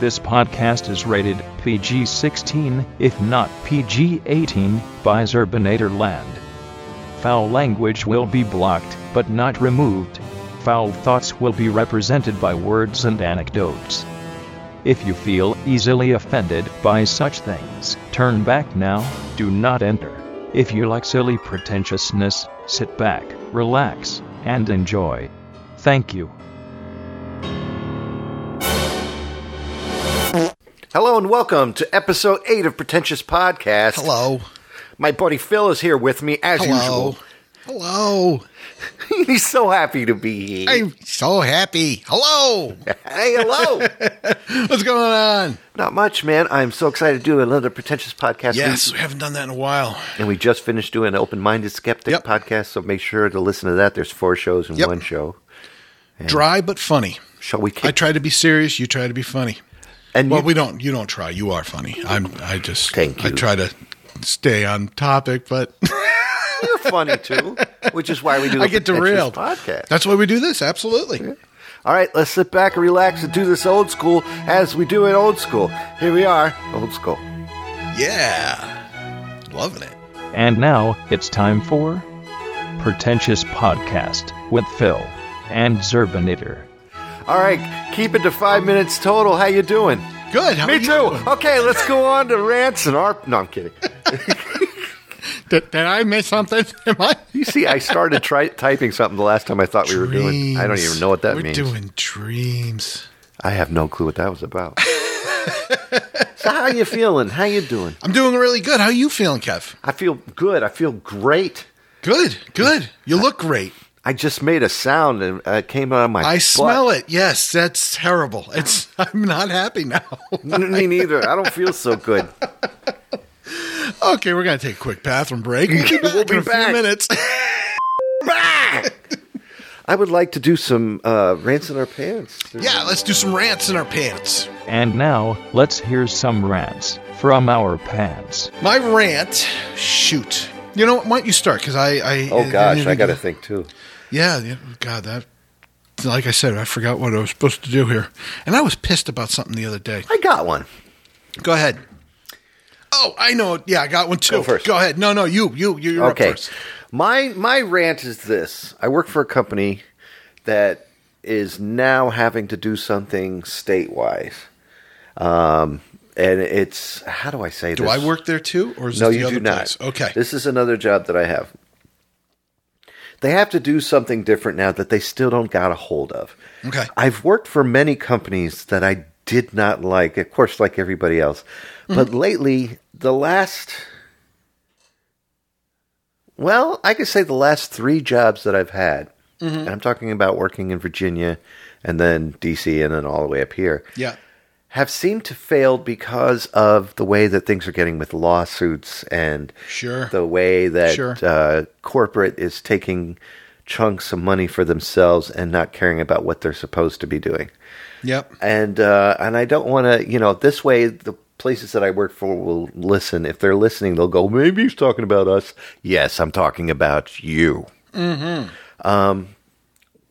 This podcast is rated PG 16, if not PG 18, by Zerbinator Land. Foul language will be blocked, but not removed. Foul thoughts will be represented by words and anecdotes. If you feel easily offended by such things, turn back now, do not enter. If you like silly pretentiousness, sit back, relax, and enjoy. Thank you. Hello and welcome to episode eight of Pretentious Podcast. Hello. My buddy Phil is here with me as Hello. Hello. usual. He's so happy to be here. I'm so happy. Hello. Hey, hello. What's going on? Not much, man. I'm so excited to do another Pretentious Podcast. Yes, we haven't done that in a while. And we just finished doing an Open Minded Skeptic Yep. podcast, so make sure to listen to that. There's four shows in Yep. one show. Dry but funny. Shall we I kick? try to be serious, you try to be funny. and Well, you- we don't you don't try. You are funny. I'm I just Thank I you. try to stay on topic, but you're funny too, which is why we do the I get Pretentious derailed. podcast. That's why we do this, absolutely. All right, let's sit back and relax and do this old school as we do it old school. Here we are, old school. Yeah. Loving it. And now, it's time for Pretentious Podcast with Phil and Zerbinator. All right, keep it to five minutes total. How you doing? Good. How Me are too. you doing? Okay, let's go on to rants and ARP. No, I'm kidding. Did, did I miss something? Am I You see, I started try- typing something the last time I thought we were doing. I don't even know what that We're means. doing dreams. I have no clue what that was about. so how you feeling? How you doing? I'm doing really good. How you feeling, Kev? I feel good. I feel great. Good, good. You look great. I just made a sound and uh, it came out of my. I smell it. Yes, that's terrible. It's I'm not happy now. Me neither. I don't feel so good. okay, we're gonna take a quick bathroom break. We'll be in a back. few minutes. I would like to do some uh, rants in our pants. There's- yeah, let's do some rants in our pants. And now, let's hear some rants from our pants. My rant. Shoot. You know what? Why don't you start? Because I, I. Oh gosh, I got to to. think too. Yeah, yeah. God, that. Like I said, I forgot what I was supposed to do here, and I was pissed about something the other day. I got one. Go ahead. Oh, I know. Yeah, I got one too. Go first. ahead. No, no, you, you, you- you're okay. up first. My my rant is this. I work for a company that is now having to do something statewide. Um and it's how do I say Do this? I work there too, or is No, this the you other do not. place? Okay. This is another job that I have. They have to do something different now that they still don't got a hold of. Okay. I've worked for many companies that I did not like, of course, like everybody else. But lately, the last, well, I could say the last three jobs that I've had, and I'm talking about working in Virginia and then DC and then all the way up here, yeah. have seemed to fail because of the way that things are getting with lawsuits and Sure. the way that Sure. uh, corporate is taking chunks of money for themselves and not caring about what they're supposed to be doing. Yep. And uh, and I don't want to, you know, this way the places that I work for will listen. If they're listening, they'll go, maybe he's talking about us. Yes, I'm talking about you. Mm-hmm. Um,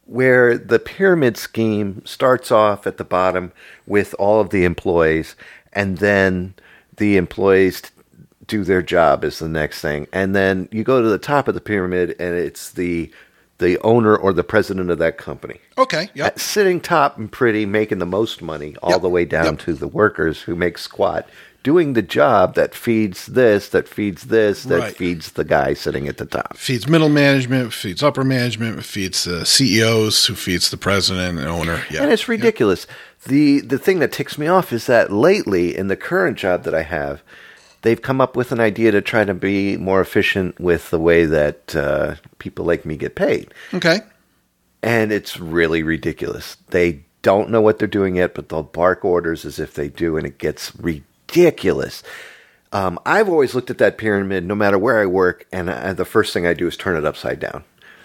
where the pyramid scheme starts off at the bottom with all of the employees, and then the employees do their job is the next thing, and then you go to the top of the pyramid, and it's the the owner or the president of that company Okay. Yep. Uh, sitting top and pretty, making the most money, all Yep. the way down Yep. to the workers who make squat, doing the job that feeds this, that feeds this, that Right. feeds the guy sitting at the top. feeds middle management, feeds upper management, feeds the CEOs, who feeds the president and owner. Yeah. And it's ridiculous. The the thing that ticks me off is that lately in the current job that I have, they've come up with an idea to try to be more efficient with the way that uh, people like me get paid. okay. and it's really ridiculous. They don't know what they're doing yet, but they'll bark orders as if they do, and it gets ridiculous. Um, I've always looked at that pyramid, no matter where I work, and I, the first thing I do is turn it upside down.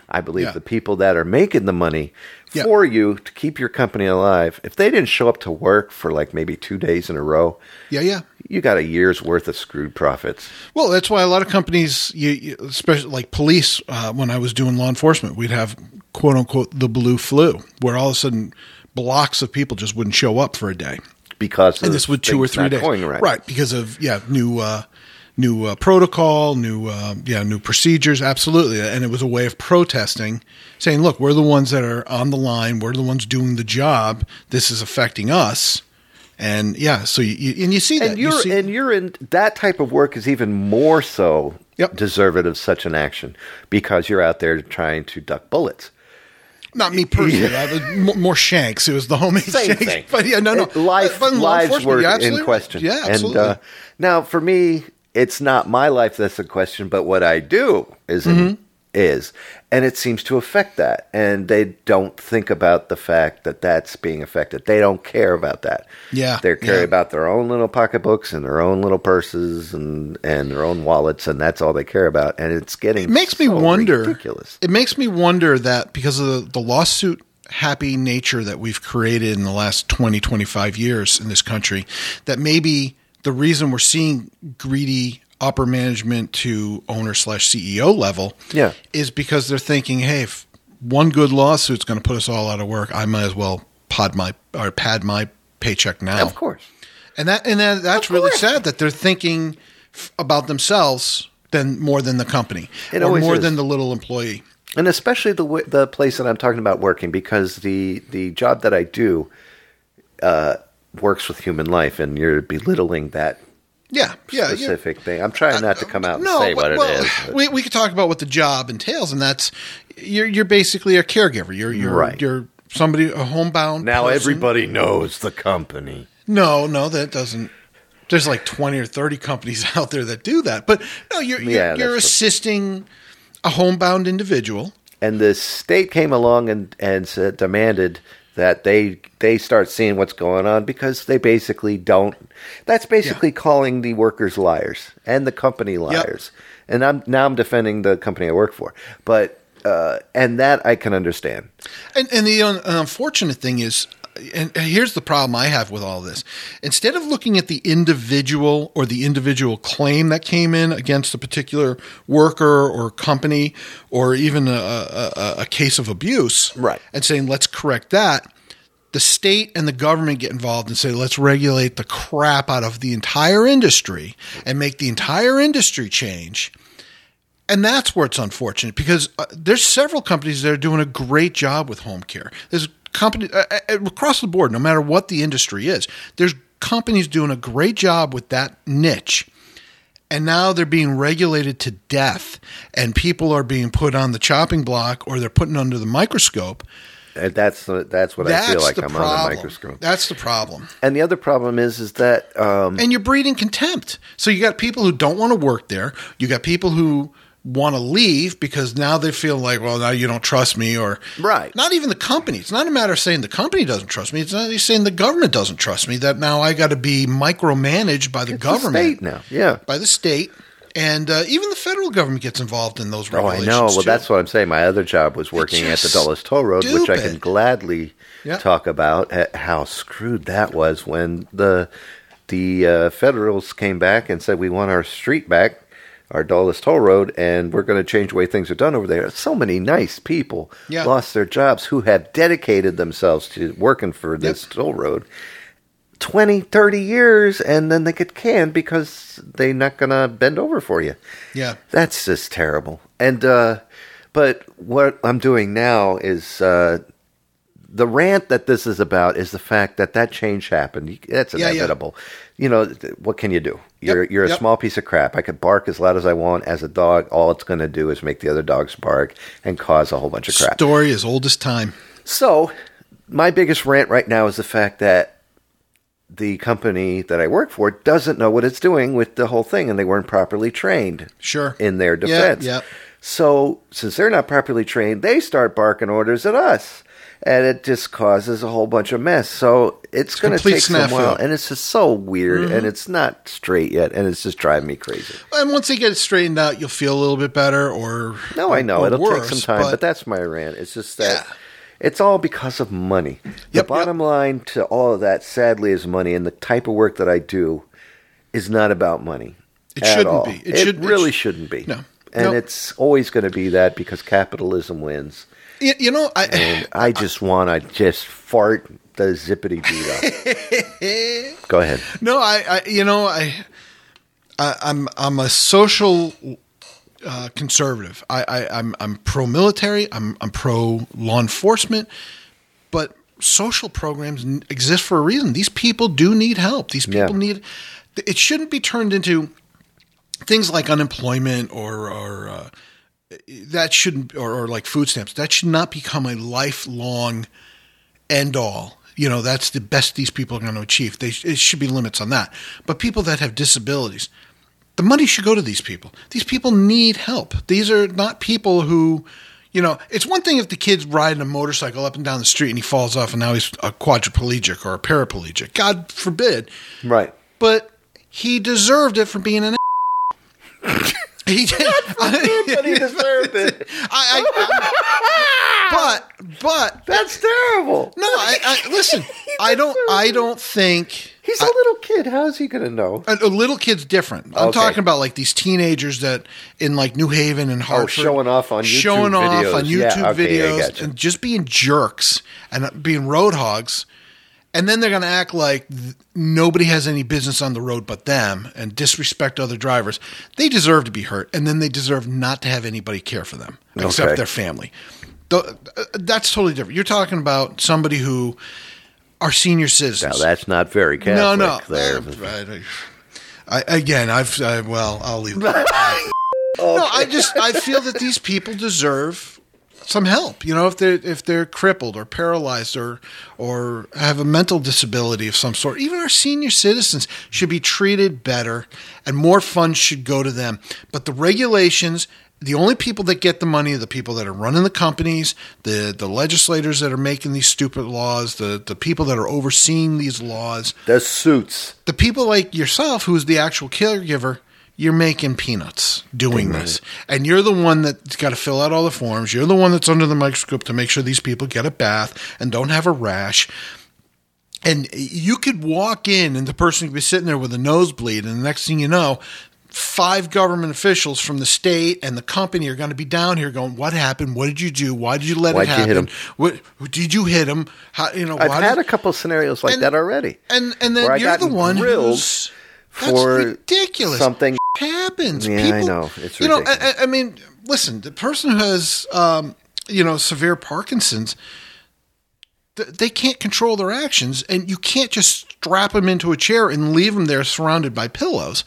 I believe Yeah. the people that are making the money Yeah. for you to keep your company alive, if they didn't show up to work for like maybe two days in a row, Yeah. Yeah. you got a year's worth of screwed profits. Well, that's why a lot of companies, you, you, especially like police, uh, when I was doing law enforcement, we'd have quote unquote the blue flu, where all of a sudden blocks of people just wouldn't show up for a day. because and of this with two or things three not days, going right. Because of yeah, new uh, new uh, protocol, new uh, yeah, new procedures. Absolutely, and it was a way of protesting, saying, "Look, we're the ones that are on the line. We're the ones doing the job. This is affecting us." And yeah, so you, you and you see that And you're you see, and you're in that type of work is even more so Yep. deserving of such an action because you're out there trying to duck bullets. not me personally. I was mo- more Shanks. It was the homemade Same Shanks. thing. But yeah, no, no, It- life, But in law lives enforcement, were you're in absolutely question. right. Yeah, absolutely. And, uh, now, for me, it's not my life that's in question, but what I do is Mm-hmm. in is, and it seems to affect that. And they don't think about the fact that that's being affected. They don't care about that. Yeah, they care yeah. about their own little pocketbooks and their own little purses and and their own wallets, and that's all they care about. And it's getting It makes me so wonder. Ridiculous. It makes me wonder that because of the, the lawsuit happy nature that we've created in the last 20, 25 years in this country, that maybe the reason we're seeing greedy upper management to owner slash CEO level Yeah. is because they're thinking, hey, if one good lawsuit's going to put us all out of work, I might as well pod my or pad my paycheck now. Of course. And that and that, that's really sad that they're thinking f- about themselves than more than the company It or always more is. than the little employee. and especially the w- the place that I'm talking about working because the the job that I do uh, works with human life, and you're belittling that Yeah, yeah, yeah. specific thing. I'm trying not to come out and say but- what well, it is. but- We, we could talk about what the job entails, and that's you're you're basically a caregiver. You're you're Right. you're somebody a homebound. now person. everybody knows the company. No, no, that doesn't. There's like 20 or 30 companies out there that do that, but no, you're you're, Yeah, that's you're what- assisting a homebound individual. And the state came along and and said, demanded that they they start seeing what's going on because they basically don't. That's basically calling the workers liars and the company liars. And I'm now I'm defending the company I work for, but uh, and that I can understand. And, and the un- unfortunate thing is, and and here's the problem I have with all this. Instead of looking at the individual or the individual claim that came in against a particular worker or company or even a, a, a- a case of abuse, Right. and saying, let's correct that, the state and the government get involved and say, let's regulate the crap out of the entire industry and make the entire industry change. And that's where it's unfortunate because uh, there's several companies that are doing a great job with home care. There's company uh, uh, across the board, no matter what the industry is. There's companies doing a great job with that niche. And now they're being regulated to death and people are being put on the chopping block or they're putting under the microscope. And that's the, that's what That's I feel like the I'm problem. on the microscope. That's the problem. And the other problem is is that um, and you're breeding contempt. So you got people who don't want to work there. You got people who want to leave because now they feel like, well, now you don't trust me, or Right. Not even the company. It's not a matter of saying the company doesn't trust me. It's not even saying the government doesn't trust me. That now I got to be micromanaged by the it's the government, state now. Yeah. by the state, and uh, even the federal government gets involved in those Oh, I regulations. know. Well, too. that's what I'm saying. My other job was working at the just Dulles Toll Road, which I can stupid. gladly Yeah. talk about at how screwed that was when the the uh, federals came back and said we want our street back, our Dulles Toll Road, and we're going to change the way things are done over there. So many nice people Yeah. lost their jobs who had dedicated themselves to working for this toll road. 20, 30 years, and then they get canned because they're not going to bend over for you. yeah. That's just terrible. And uh, but what I'm doing now is uh, the rant that this is about is the fact that that change happened. That's Yeah, yeah. inevitable. You know th- what can you do? You're Yep, you're a yep. small piece of crap. I could bark as loud as I want as a dog. All it's going to do is make the other dogs bark and cause a whole bunch of crap. Story as old as time. So, my biggest rant right now is the fact that the company that I work for doesn't know what it's doing with the whole thing, and they weren't properly trained. Sure. In their Yeah, defense. yeah. So, since they're not properly trained, they start barking orders at us, and it just causes a whole bunch of mess. So, it's going to complete Mm-hmm. take some snafu. while, and it's just so weird, and it's not straight yet, and it's just driving me crazy. And once they get it straightened out, you'll feel a little bit better. Or No, I know or it'll worse, take some time, but, that's my rant. It's just that Yeah. it's all because of money. The yep. bottom line to all of that, sadly, is money, and the type of work that I do is not about money. It at shouldn't all. be. It It, should- it really sh- shouldn't be. No. and Nope. it's always going to be that because capitalism wins. you, you know, I And I just want to just fart the zippity doo up. Go ahead. No, I, I you know, I, I I'm I'm a social uh, conservative. I, I I'm I'm pro military. I'm I'm pro law enforcement, but social programs n- exist for a reason. These people do need help. These Yeah. people need. It shouldn't be turned into things like unemployment or or uh, that shouldn't or, or like food stamps. That should not become a lifelong end all. You know, that's the best these people are going to achieve. They, it should be limits on that. But people that have disabilities, the money should go to these people. These people need help. These are not people who, you know, it's one thing if the kid's riding a motorcycle up and down the street and he falls off and now he's a quadriplegic or a paraplegic. God forbid. Right. But he deserved it for being an. a- he did. He deserved it. I, I, but but That's terrible. no, I, I listen. I don't. I don't think He's a little kid. How is he going to know? a, a uh, little kid's different. I'm Okay. talking about like these teenagers that in like New Haven and Hartford Oh, showing off on YouTube showing off on videos. Yeah, YouTube okay, I videos gotcha. and just being jerks and uh, being road hogs. And then they're going to act like th- nobody has any business on the road but them and disrespect other drivers. They deserve to be hurt, and then they deserve not to have anybody care for them except Okay. their family. Th- uh, that's totally different. You're talking about somebody who are senior citizens. Now, that's not very Catholic. No, no. There. Uh, I, again, I've I, well, I'll leave. That. No, I just I feel that these people deserve some help. You know, if they're if they're crippled or paralyzed or or have a mental disability of some sort, even our senior citizens should be treated better, and more funds should go to them. But the regulations. The only people that get the money are the people that are running the companies, the, the legislators that are making these stupid laws, the, the people that are overseeing these laws The suits. the people like yourself, who's the actual caregiver, you're making peanuts doing this. And you're the one that's got to fill out all the forms. You're the one that's under the microscope to make sure these people get a bath and don't have a rash. And you could walk in, and the person could be sitting there with a nosebleed. And the next thing you know, five government officials from the state and the company are going to be down here going, What happened? What did you do? Why did you let Why'd it you hit happen? 'em?" What, did you hit him? How, you know, I've why had did, a couple scenarios like And- that already. and and then where I you're the gotten one grilled who's that's for ridiculous. something- happens. Yeah, I People, know. It's you know. I, ridiculous. I- I mean, listen. The person who has um, you know severe Parkinson's, th- they can't control their actions, and you can't just strap them into a chair and leave them there surrounded by pillows.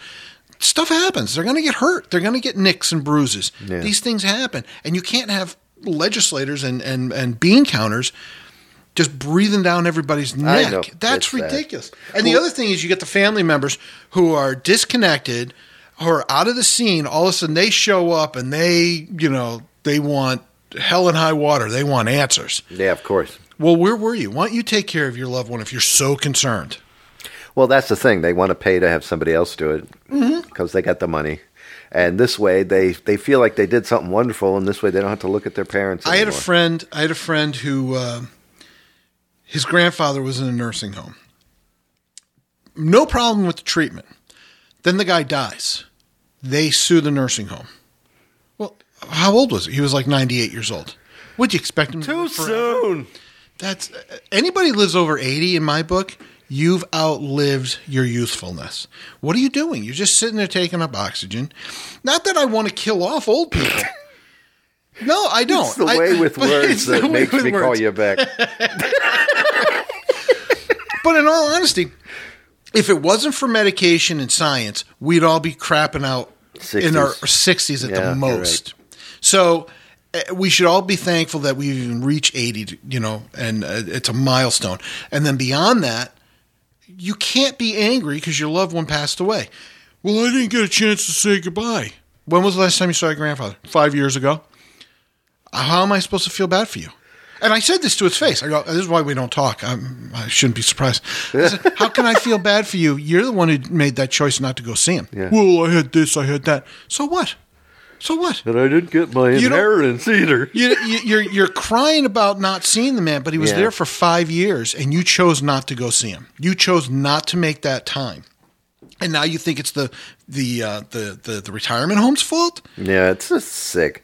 Stuff happens. They're going to get hurt. They're going to get nicks and bruises. These things happen, and you can't have legislators and and and bean counters just breathing down everybody's neck. know. It's That's sad. ridiculous. And the other thing is, you get the family members who are disconnected, who are out of the scene. All of a sudden, they show up and they, you know, they want hell and high water. They want answers. Yeah, of course. Well, where were you? Why don't you take care of your loved one if you're so concerned? Well, that's the thing. They want to pay to have somebody else do it because Mm-hmm. they got the money. And this way, they, they feel like they did something wonderful, and this way, they don't have to look at their parents. I had a anymore. friend. I had a friend who uh, his grandfather was in a nursing home. No problem with the treatment. Then the guy dies. They sue the nursing home. Well, how old was he? He was like ninety-eight years old. Would you expect him to live forever? soon. That's anybody lives over 80 in my book, you've outlived your youthfulness. What are you doing? You're just sitting there taking up oxygen. Not that I want to kill off old people. No, I don't. It's the I- way with but it's words the that way makes with me call words. you back. But in all honesty, if it wasn't for medication and science, we'd all be crapping out in our 60s at Yeah, you're the most. So uh, we should all be thankful that we even reach 80, to- you know, and uh, it's a milestone. And then beyond that, you can't be angry because your loved one passed away. Well, I didn't get a chance to say goodbye. When was the last time you saw your grandfather? Five years ago. How am I supposed to feel bad for you? And I said this to his face. I go, "This is why we don't talk. I'm, I shouldn't be surprised." I said, How can I feel bad for you? You're the one who made that choice not to go see him. Well, I had this, I had that. So what? So what? But I didn't get my don't- inheritance either. You, you, you're you're crying about not seeing the man, but he was Yeah. there for five years, and you chose not to go see him. You chose not to make that time, and now you think it's the the uh, the, the the retirement home's fault? Yeah, it's just sick.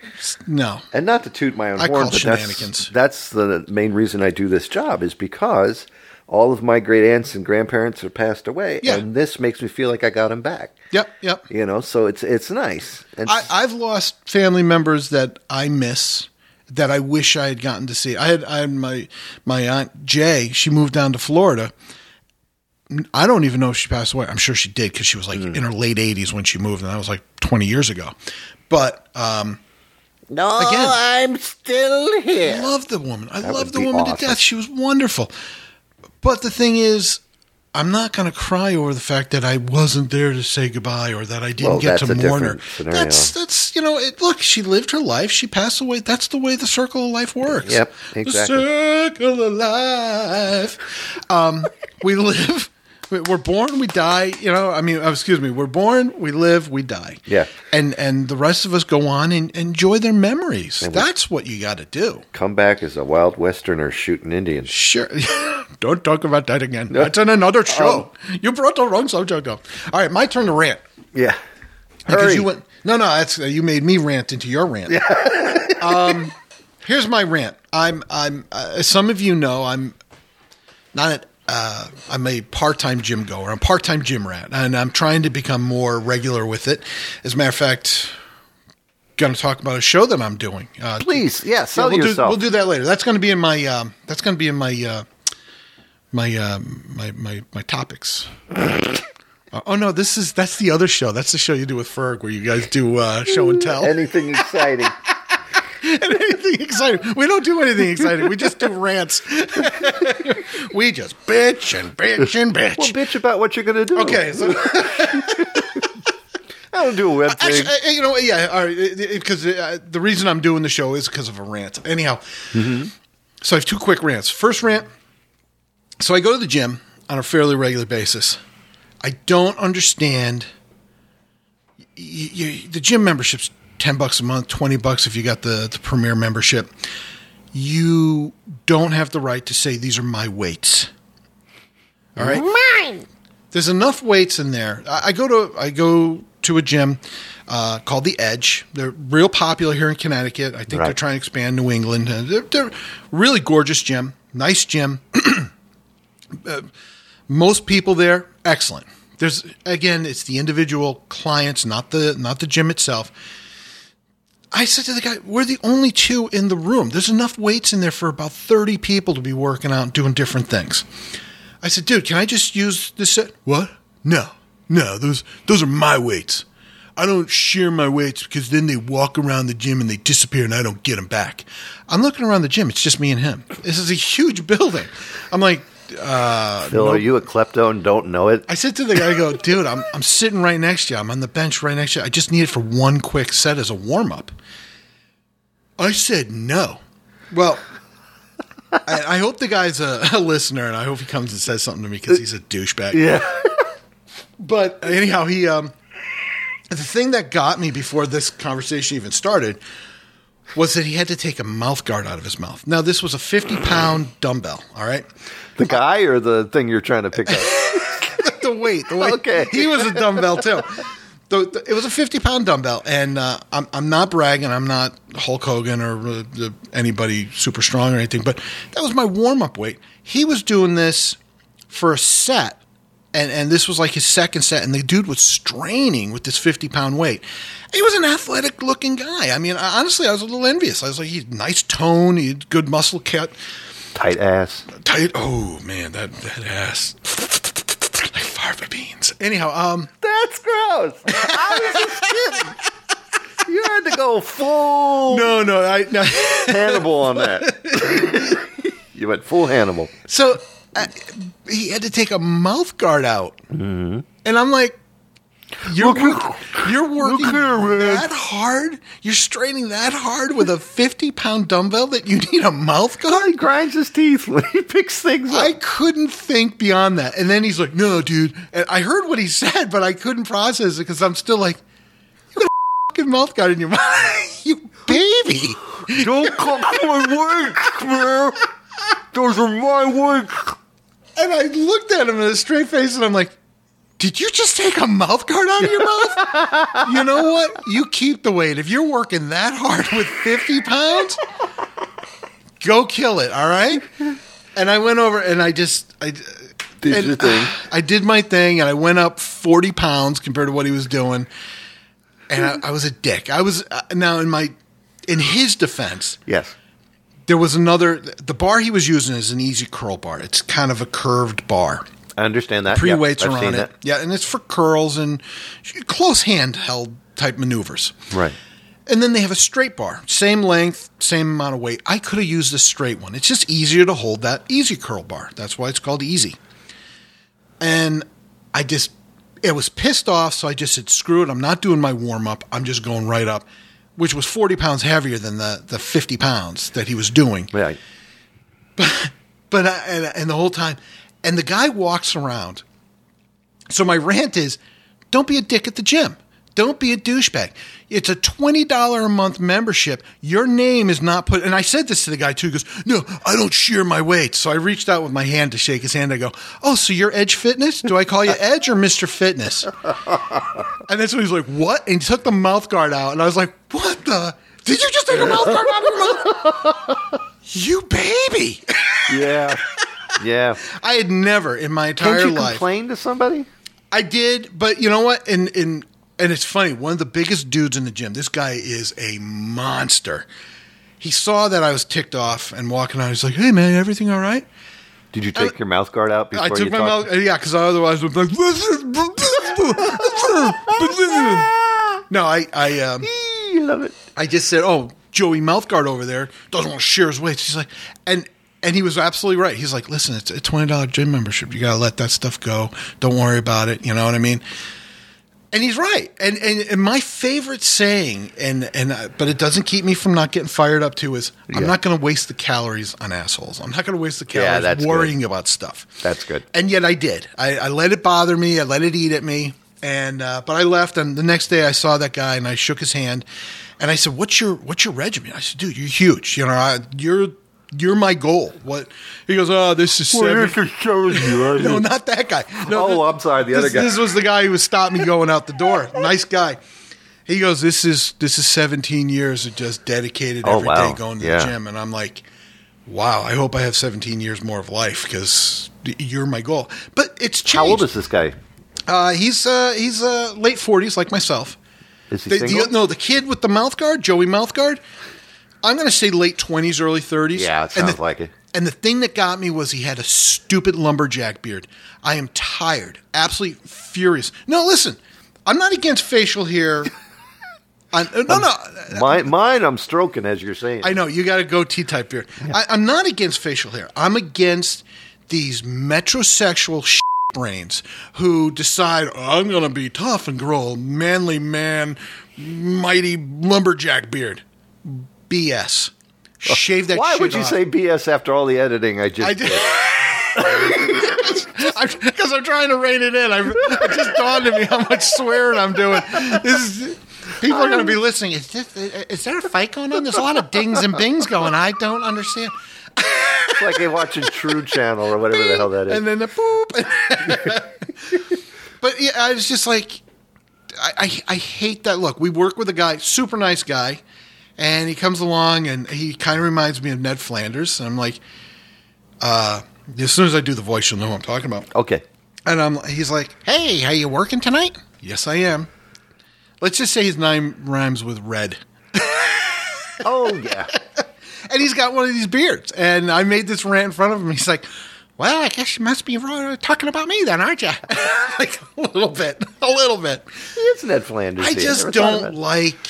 No, And not to toot my own I horn, call but that's, shenanigans. that's the main reason I do this job is because all of my great aunts and grandparents have passed away, Yeah. and this makes me feel like I got them back. Yep, yep. You know, so it's it's nice. And I, I've lost family members that I miss that I wish I had gotten to see. I had I had my my aunt Jay. She moved down to Florida. I don't even know if she passed away. I'm sure she did because she was like in her late 80s when she moved, and that was like 20 years ago. But um, no, again- I'm still I here. love the woman. I love would the be woman to awesome. death. She was wonderful. But the thing is, I'm not going to cry over the fact that I wasn't there to say goodbye or that I didn't Well, get that's to a mourn her. different scenario. That's that's you know, it, look, she lived her life. She passed away. That's the way the circle of life works. Yep, The exactly. circle of life. Um, we live. we- We're born, we die. You know, I mean, uh, excuse me. We're born, we live, we die. Yeah. and and the rest of us go on and enjoy their memories. That's what you got to do. Come back as a wild westerner shooting Indians. Sure. Don't talk about that again. That's in another show. you brought the wrong subject up. All right, my turn to rant. Yeah. Because Hurry. you went No, no, that's you made me rant into your rant. um here's my rant. I'm I'm uh, as some of you know I'm not uh I'm a part-time gym goer. I'm a part-time gym rat and I'm trying to become more regular with it. As a matter of fact, going to talk about a show that I'm doing. Uh, Please, yeah, sell we'll yourself. Do, we'll do that later. That's going to be in my. Um, that's going to be in my. Uh, my, um, my my my topics. Uh, oh no, this is that's the other show. That's the show you do with Ferg, where you guys do uh, show and tell. Anything exciting? anything exciting? We don't do anything exciting. We just do rants. we just bitch and bitch and bitch. well, bitch about what you're gonna do. okay, so I don't do a web thing. Actually, I- I- you know, yeah, all right, because uh, the reason I'm doing the show is because of a rant. Anyhow, so I have two quick rants. First rant. So I go to the gym on a fairly regular basis. I don't understand. y- y y the gym membership's ten bucks a month, twenty bucks if you got the the premier membership. You don't have the right to say these are my weights. All right there's enough weights in there. I, I go to I go to a gym uh, called the Edge. They're real popular here in Connecticut. I think they're Right. trying to expand New England. Uh, They're, they're really gorgeous gym, nice gym. Uh, most people there, excellent. There's again, it's the individual clients, not the not the gym itself. I said to the guy, "We're the only two in the room. There's enough weights in there for about thirty people to be working out and doing different things." I said, dude, can I just use this set? What? No, no, those those are my weights. I don't share my weights because then they walk around the gym and they disappear and I don't get them back. I'm looking around the gym. It's just me and him. This is a huge building. I'm like, uh, Phil, are you a klepto and don't know it? I said to the guy, I go, dude, I'm, I'm sitting right next to you. I'm on the bench right next to you. I just need it for one quick set as a warm up. I said no. Well, I, I hope the guy's a, a listener and I hope he comes and says something to me because he's a douchebag. Yeah. But anyhow, he um the thing that got me before this conversation even started was that he had to take a mouth guard out of his mouth. Now this was a 50 pound dumbbell, all right? The guy or the thing you're trying to pick up? the weight, the weight. Okay. He was a dumbbell too. The, the- it was a 50 pound dumbbell, and uh, I'm, I'm not bragging. I'm not Hulk Hogan or uh, the- anybody super strong or anything, but that was my warm up weight. He was doing this for a set, and, and this was like his second set, and the dude was straining with this 50 pound weight. He was an athletic looking guy. I mean, I- honestly, I was a little envious. I was like, he's nice tone, he had good muscle cut Tight ass. tight. Oh man, that that ass like fava beans. Anyhow, um, That's gross. I was just kidding. You had to go full no, no, I no. Hannibal on that. you went full Hannibal. so I, he had to take a mouth guard out, and I'm like. You're, work- you're working Mm-hmm. here, man. that hard. You're straining that hard with a 50 pound dumbbell that you need a mouth guard. He grinds his teeth when he picks things up. I couldn't think beyond that. And then he's like, no, dude. And I heard what he said, but I couldn't process it because I'm still like, you got a fucking mouth guard in your mouth. you baby. Don't cut my weights, man. Those are my weights. And I looked at him in a straight face and I'm like, did you just take a mouth guard out of your mouth? you know what? You keep the weight. If you're working that hard with 50 pounds, go kill it, all right? and I went over and I just I Did and your thing. I did my thing and I went up forty pounds compared to what he was doing, and I, I was a dick. I was uh, now in my in his defense, Yes. there was another the bar he was using is an easy curl bar. It's kind of a curved bar. I understand that. Pre Yep, weights I've are seen on it. that. Yeah, and it's for curls and close handheld type maneuvers. Right. And then they have a straight bar, same length, same amount of weight. I could have used the straight one. It's just easier to hold that easy curl bar. That's why it's called easy. And I just, it was pissed off. So I just said, screw it. I'm not doing my warm up. I'm just going right up, which was 40 pounds heavier than the, the 50 pounds that he was doing. Right. But I, and, and the whole time, and the guy walks around. So my rant is, don't be a dick at the gym. Don't be a douchebag. It's a twenty dollar a month membership. Your name is not put. And I said this to the guy too. He goes, "No, I don't shear my weights." So I reached out with my hand to shake his hand. I go, "Oh, so you're Edge Fitness? Do I call you Edge or Mister Fitness?" And that's when he's like, "What?" And he took the mouth guard out, and I was like, "What the? Did you just take a mouth guard out of your mouth?" you baby. Yeah. Yeah. I had never in my entire Can't you life. complain to somebody? I did, but you know what? And and and it's funny. One of the biggest dudes in the gym. This guy is a monster. He saw that I was ticked off and walking out. He's like, "Hey man, everything all right?" Did you take your mouth guard out before Uh, I took you my talked? mouth, yeah, because otherwise would be like. no, I I um, You love it. I just said, "Oh, Joey Mouthguard over there doesn't want to share his weights." He's like, and and he was absolutely right. He's like, "Listen, it's a twenty dollar gym membership. You gotta let that stuff go. Don't worry about it. You know what I mean?" And he's right. And and, and my favorite saying, and and uh, but it doesn't keep me from not getting fired up too, is I'm not gonna waste the calories on assholes. I'm not gonna waste the Yeah, calories that's good. worrying about stuff. That's good. And yet I did. I, I let it bother me. I let it eat at me. And uh, but I left, and the next day I saw that guy, and I shook his hand, and I said, "What's your what's your regimen?" I said, "Dude, you're huge. You know, I, you're you're my goal." What he goes, "Oh, this is seven. no, not that guy. No, Oh, I'm sorry, the other this- guy. This was the guy who was stopping me going out the door. Nice guy. He goes, "This is this is 17 years of just dedicated Oh, every day wow. going to Yeah. the gym," and I'm like, "Wow, I hope I have 17 years more of life because you're my goal." But it's changed. How old is this guy? Uh, he's uh, he's uh, late 40s, like myself. Is he The, single? the, no, the kid with the mouth guard, Joey mouth guard. I'm going to say late 20s, early 30s. Yeah, it And the- sounds like it. And the thing that got me was he had a stupid lumberjack beard. I am tired, absolutely furious. No, listen, I'm not against facial hair. I, uh, no, no, My, mine, I'm stroking as you're saying. I know you got a goatee type beard. I, I'm not against facial hair. I'm against these metrosexual sh- brains who decide I'm going to be tough and grow a manly man, mighty lumberjack beard. BS. Shave that. Why shit would you off. say BS after all the editing I just I did? did. Because I'm trying to rein it in. I, it just dawned on me how much swearing I'm doing. This is, people are going to be listening. Is, this, is there a fight going on? There's a lot of dings and bings going. on. I don't understand. It's like they're watching True Channel or whatever the hell that is. And then the boop. but yeah, I was just like, I, I, I hate that look. We work with a guy, super nice guy, and he comes along and he kind of reminds me of Ned Flanders. And I'm like, uh, as soon as I do the voice, you'll know what I'm talking about. okay. And I'm, he's like, "Hey, how you working tonight?" Yes, I am. Let's just say his name rhymes with red, Oh, yeah. and he's got one of these beards. And I made this rant in front of him. He's like, "Well, I guess you must be ro- talking about me then, aren't you?" like a little bit, a little bit. it's Ned Flanders. I here. just Never thought of don't it. like.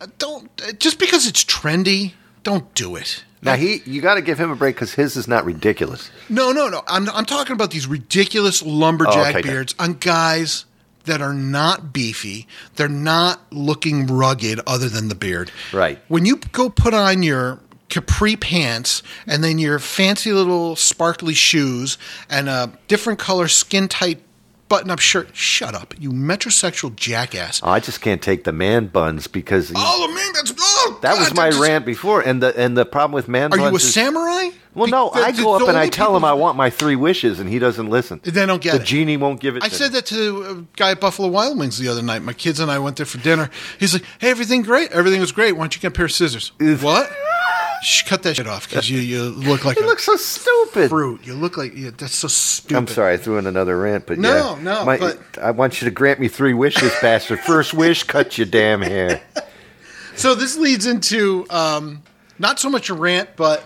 uh, Don't just because it's trendy, don't do it. Now, he, you got to give him a break because his is not ridiculous. No, no, no. I'm, I'm talking about these ridiculous lumberjack Oh, okay, beards on guys that are not beefy. They're not looking rugged other than the beard. Right. When you go put on your capri pants and then your fancy little sparkly shoes and a different color skin tight button up shirt, shut up, you metrosexual jackass. I just can't take the man buns because he- Oh, I mean, that's. Oh, that God, was my that's- rant before. And the and the problem with man Are buns you a is- samurai? Well, no, Be- I that's go the up and I only tell people- him I want my three wishes, and he doesn't listen. They don't get the it. genie won't give it. I to said me. that to a guy at Buffalo Wild Wings the other night. My kids and I went there for dinner. He's like, "Hey, everything great? Everything was great. Why don't you get a pair of scissors?" what? Shh, cut that shit off because you, you look like You a look so stupid. fruit. You look like yeah, that's so stupid. I'm sorry, I threw in another rant, but No, yeah. no, My- but- I want you to grant me three wishes, bastard. First wish, cut your damn hair. So this leads into um, not so much a rant, but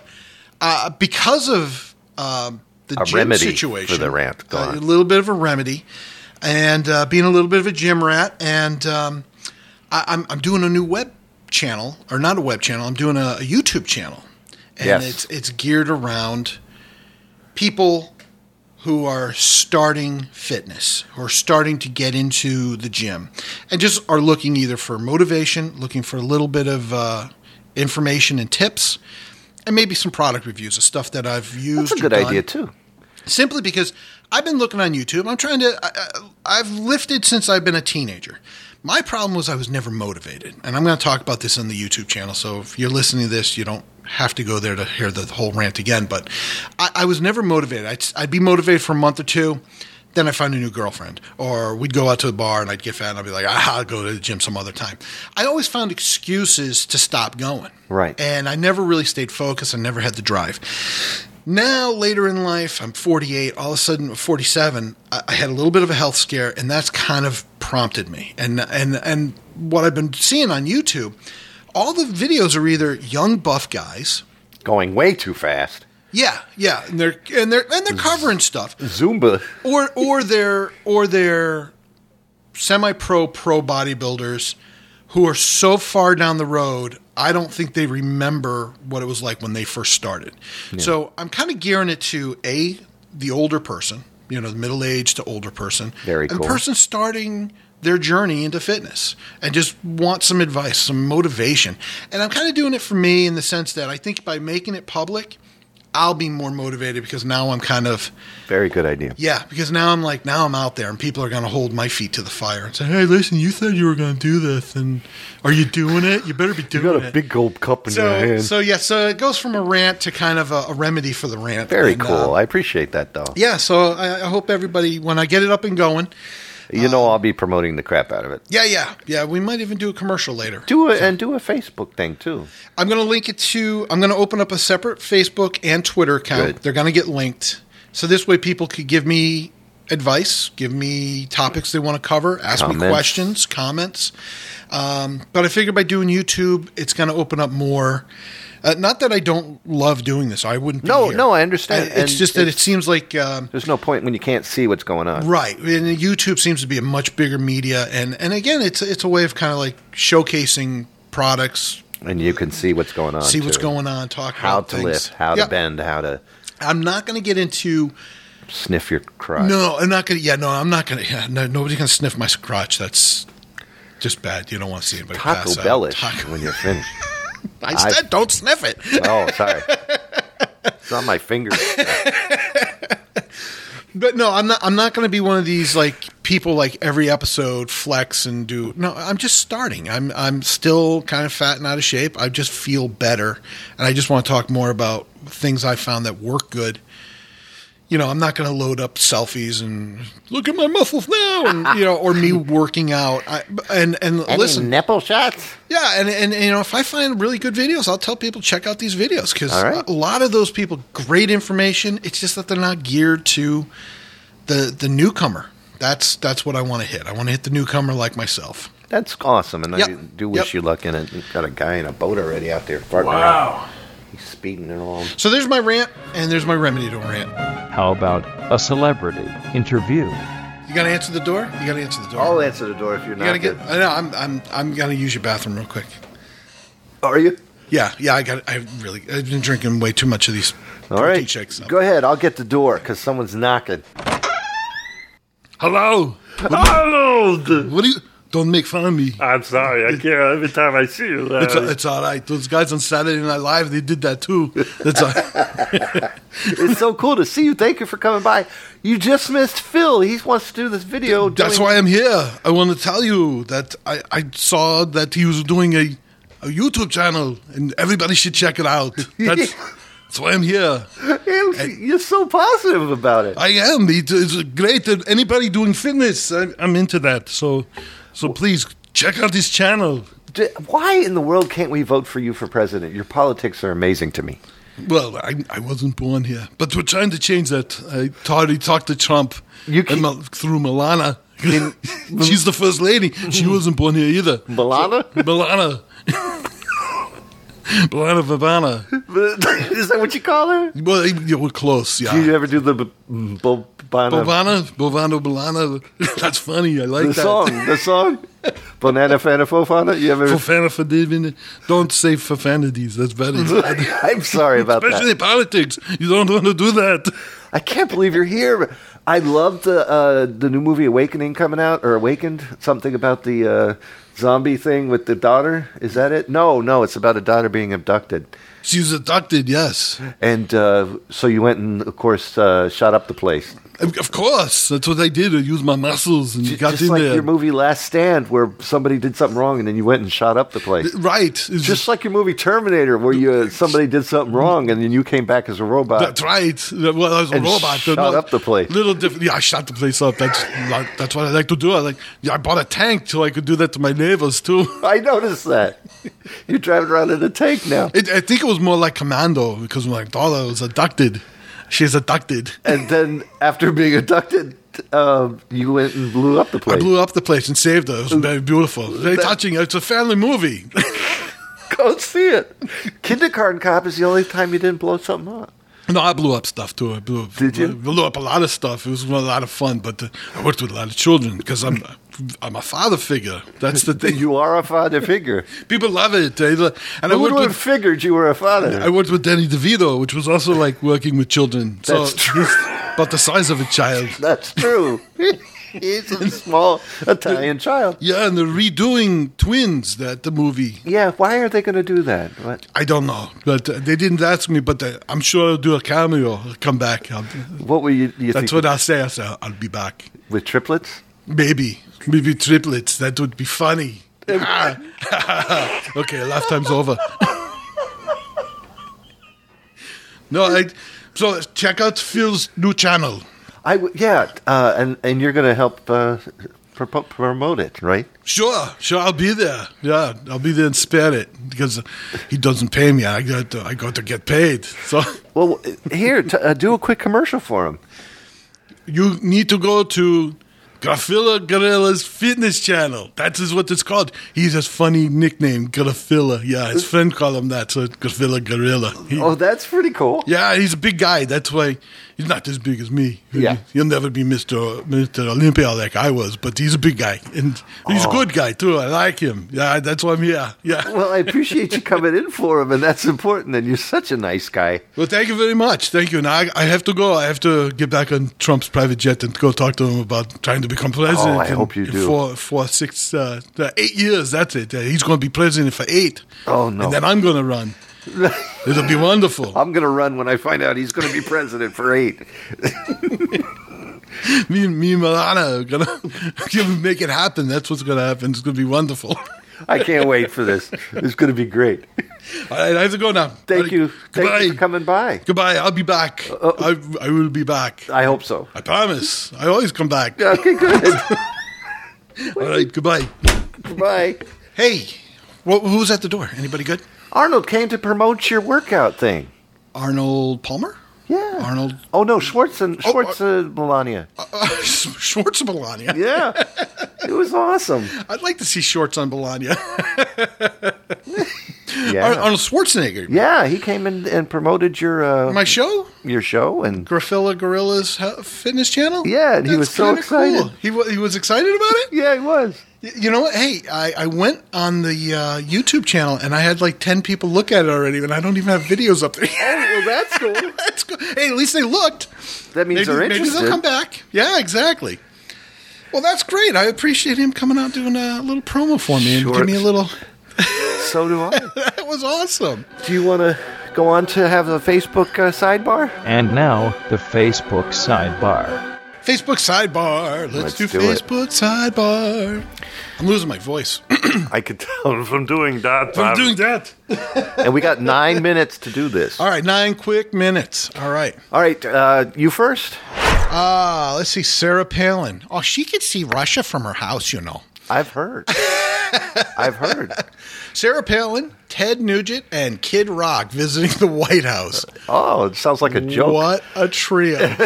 uh, because of um, the A gym remedy situation, for the rant. Go uh, on. a little bit of a remedy, and uh, being a little bit of a gym rat, and um, I, I'm I'm doing a new web channel, or not a web channel. I'm doing a, a YouTube channel, and Yes. it's it's geared around people who are starting fitness who are starting to get into the gym and just are looking either for motivation, looking for a little bit of uh, information and tips, and maybe some product reviews of stuff that I've used. That's a or good done. idea too. Simply because I've been looking on YouTube. I'm trying to. I, I, I've lifted since I've been a teenager. My problem was I was never motivated, and I'm going to talk about this on the YouTube channel. So if you're listening to this, you don't have to go there to hear the whole rant again. But I, I was never motivated. I'd, I'd be motivated for a month or two. Then I find a new girlfriend, or we'd go out to the bar and I'd get fat and I'd be like, ah, I'll go to the gym some other time. I always found excuses to stop going. Right. And I never really stayed focused. I never had the drive now later in life i'm 48 all of a sudden 47 i I had a little bit of a health scare and that's kind of prompted me and and and what i've been seeing on youtube all the videos are either young buff guys Going way too fast. yeah yeah and they're and they're and they're covering stuff Zumba. or or they're or they're semi pro pro bodybuilders who are so far down the road I don't think they remember what it was like when they first started. So I'm kind of gearing it to a the older person, you know, the middle aged to older person, Very and cool. the person starting their journey into fitness and just want some advice, some motivation. And I'm kind of doing it for me in the sense that I think by making it public, I'll be more motivated because now I'm kind of Very good idea. yeah, because now I'm like, now I'm out there, and people are going to hold my feet to the fire and say, "Hey, listen, you said you were going to do this, and are you doing it? You better be doing You got a it." big gold cup in your so, hand. so yeah, so it goes from a rant to kind of a, a remedy for the rant. Very And, uh, cool. I appreciate that though. yeah, so I, I hope everybody, when I get it up and going, You know, I'll be promoting the crap out of it. yeah, yeah, yeah, we might even do a commercial later. Do a, and do a Facebook thing too. I'm going to link it to. I'm going to open up a separate Facebook and Twitter account. Good. They're going to get linked, so this way people could give me advice, give me topics they want to cover, ask me Comments. questions, comments. Um, but I figure by doing YouTube, it's going to open up more. Uh, not that I don't love doing this. I wouldn't. Be No, here. no, I understand. it's And just that it it's- seems like. Um, There's no point when you can't see what's going on. Right, and YouTube seems to be a much bigger media, and, and again, it's it's a way of kind of like showcasing products, And you can see what's going on. see what's too. going on, talk How about to things. lift, how Yeah. to bend, how to I'm not going to get into sniff your crotch. no. I'm not going to. Yeah, no, I'm not going to. Yeah, no, nobody's going to sniff my crotch. That's just bad. You don't want to see anybody Taco pass out. Bellish Taco- when you're finished. I said, don't sniff it. oh, sorry. It's on my fingers. But no, I'm not. I'm not going to be one of these like people like every episode flex and do. No, I'm just starting. I'm I'm still kind of fat and out of shape. I just feel better, and I just want to talk more about things I found that work good. You know, I'm not going to load up selfies and look at my muscles now, and you know, or me working out. I, and and listen, nipple shots? yeah, and, and and, you know, if I find really good videos, I'll tell people check out these videos because All right. a lot of those people, great information. It's just that they're not geared to the the newcomer. That's that's what I want to hit. I want to hit the newcomer like myself. That's awesome, and I Yep. do wish Yep. you luck in it. You've got a guy in a boat already out there farting around. Wow. He's speeding it along. So there's my rant, and there's my remedy to a rant. How about a celebrity interview? You got to answer the door. You got to answer the door. I'll answer the door if you're you not. got to get. good. I know. I'm I'm I'm gonna use your bathroom real quick. Are you? Yeah, yeah. I got. I really. I've been drinking way too much of these. All protein right. shakes now. Go ahead. I'll get the door because someone's knocking. Hello. Arnold! What do you? Don't make fun of me. I'm sorry, I care every time I see you. uh, It's, Larry. it's all right. Those guys on Saturday Night Live, they did that too. That's all. It's so cool to see you. Thank you for coming by. You just missed Phil. He wants to do this video. That's doing- why I'm here. I want to tell you that I, I saw that he was doing a, a YouTube channel, and everybody should check it out. That's, that's why I'm here. Hey, You're so positive about it. I am. It- It's great that anybody doing fitness, I'm, I'm into that. So, so please check out this channel. D- Why in the world can't we vote for you for president? Your politics are amazing to me. Well, I, I wasn't born here, but we're trying to change that. I already talked to Trump You and can- Mil- through Milana. She's the first lady. She wasn't born here either. Milana? Milana. Milana Vivana. Is that what you call her? Well, yeah, we're close. Yeah. Do you ever do the b- Bobana? Bovana, Bovano, Bolana. That's funny. I the like that. song, the song, Banana Fana Fofana. You ever? Fofana Fadivin. Don't say profanities. That's very bad. I'm sorry about Especially that. politics. You don't want to do that. I can't believe you're here. I love the uh, the new movie Awakening coming out or Awakened. Something about the uh, zombie thing with the daughter. Is that it? No, no. It's about a daughter being abducted. She's abducted, yes. And uh, so you went and, of course, uh, shot up the place. Of of course. That's what I did. I used my muscles and got Just in like there. your movie Last Stand, where somebody did something wrong and then you went and shot up the place. right. It's Just like your movie Terminator, where you uh, somebody did something wrong and then you came back as a robot. That's right. Well, I was a And robot. shot No, up the place. Little different. Yeah, I shot the place up. That's like, that's what I like to do. I like. Yeah, I bought a tank so I could do that to my neighbors too. I noticed that. You're driving around in a tank now. It, I think it was more like Commando because my daughter was abducted. She's abducted. And then after being abducted, um, you went and blew up the I place. blew up the place and saved her. It was very beautiful. Very touching. It's a family movie. Go see it. Kindergarten Cop is the only time you didn't blow something up. No, I blew up stuff too. I blew up, Did you? I blew up a lot of stuff. It was a lot of fun, but uh, I worked with a lot of children because I'm I'm a father figure. That's the thing. You are a father figure. People love it. They lo- and I Who would worked have with figured you were a father? I worked with Danny DeVito, which was also like working with children. So That's true. he's About the size of a child. That's true. He's a small Italian child. Yeah, and they're redoing Twins, that the movie. Yeah, why are they going to do that? What? I don't know, but uh, they didn't ask me. But uh, I'm sure I'll do a cameo. I'll come back. I'll, What were you? you that's think what I'll say. I say I'll, I'll be back. with triplets? Maybe, maybe triplets. That would be funny. Ah. okay, lifetime's over. no, I. So check out Phil's new channel. I w- yeah, uh, and and you're going to help uh, pro- pro- promote it, right? Sure, sure, I'll be there. Yeah, I'll be there and spare it because he doesn't pay me. I got to, I got to get paid. So Well, here, t- uh, do a quick commercial for him. you need to go to Grafilla Gorilla's fitness channel. That is what it's called. He's has funny nickname, Grafilla. Yeah, his friend called him that, so it's Grafilla Gorilla. He- Oh, that's pretty cool. Yeah, he's a big guy. That's why he's not as big as me. He'll- Yeah. he'll never be Mister Mister Olympia like I was, but he's a big guy and he's Oh. a good guy too. I like him. Yeah, that's why I'm here. Yeah. Well, I appreciate you coming in for him, and that's important. And you're such a nice guy. Well, thank you very much. Thank you. Now I, I have to go. I have to get back on Trump's private jet and go talk to him about trying to become president. Oh, I in- hope you in do. Four, four, six, uh, uh, eight years. That's it. Uh, he's going to be president for eight. Oh, no. And then I'm going to run. It'll be wonderful. I'm going to run when I find out he's going to be president for eight. me, and- me and Milana are going to make it happen. That's what's going to happen. It's going to be wonderful. All I can't wait for this. It's going to be great. right, I have to go now. Thank you. Goodbye. Thank you for coming Uh, by. Goodbye. I'll be back. I, I will be back. I hope so. I promise. I always come back. Okay, good. All right. Goodbye. Bye. Hey, wh- who was at the door? Anybody good? Arnold came to promote your workout thing. Arnold Palmer? Yeah. Arnold- Oh no, Schwartz and Oh, Schwartz uh, Melania. Uh, Schwartz and Melania. Yeah. it was awesome. I'd like to see shorts on Melania. Yeah. Ar- Arnold Schwarzenegger. yeah, he came in and promoted your uh, My show? your show and Grafilla Gorilla's he- Fitness Channel? Yeah, and he was so kinda Cool. excited. He, wa he was excited about it? Yeah, he was. Y- You know what? Hey, I, I went on the uh, YouTube channel and I had like 10 people look at it already, and I don't even have videos up there. Well, that's cool. That's good. Hey, at least they looked. That means Maybe, they're maybe interested. they'll come back. Yeah, exactly. Well, that's great. I appreciate him coming out doing a little promo for me Sure. and give me a little. So do I. That was awesome. Do you want to go on to have a Facebook uh, sidebar? And now, the Facebook sidebar. Facebook sidebar. Let's Let's, do, do it. Facebook sidebar. I'm losing my voice. I could tell. From, from doing that. I'm Bob. doing that. And we got nine minutes to do this. All right, nine quick minutes. All right. Uh, All right, uh, you first. Ah, let's see. Sarah Palin. Oh, she could see Russia from her house, you know. I've heard. I've heard. Sarah Palin, Ted Nugent, and Kid Rock visiting the White House. Oh, it sounds like a joke. What a trio.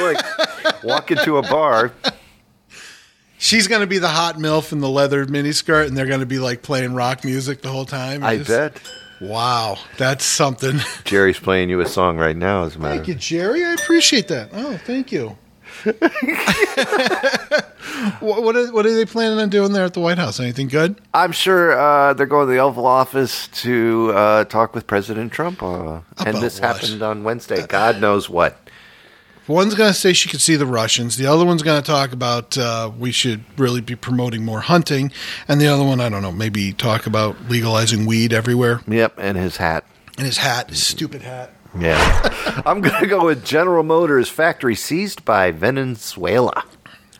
like walk into a bar. She's going to be the hot MILF in the leather miniskirt, and they're going to be like playing rock music the whole time. I Just- bet Wow. That's something. Jerry's playing you a song right now. As a matter, Thank you, Jerry. I appreciate that. Oh, thank you. what, what, are, what are they planning on doing there at the White House? Anything good? I'm sure uh, they're going to the Oval Office to uh, talk with President Trump. Uh, and About this what? Uh, happened on Wednesday. God knows what. One's going to say she could see the Russians. The other one's going to talk about uh, we should really be promoting more hunting. And the other one, I don't know, maybe talk about legalizing weed everywhere. Yep, and his hat. And his hat, his stupid hat. Yeah, I'm going to go with General Motors factory seized by Venezuela.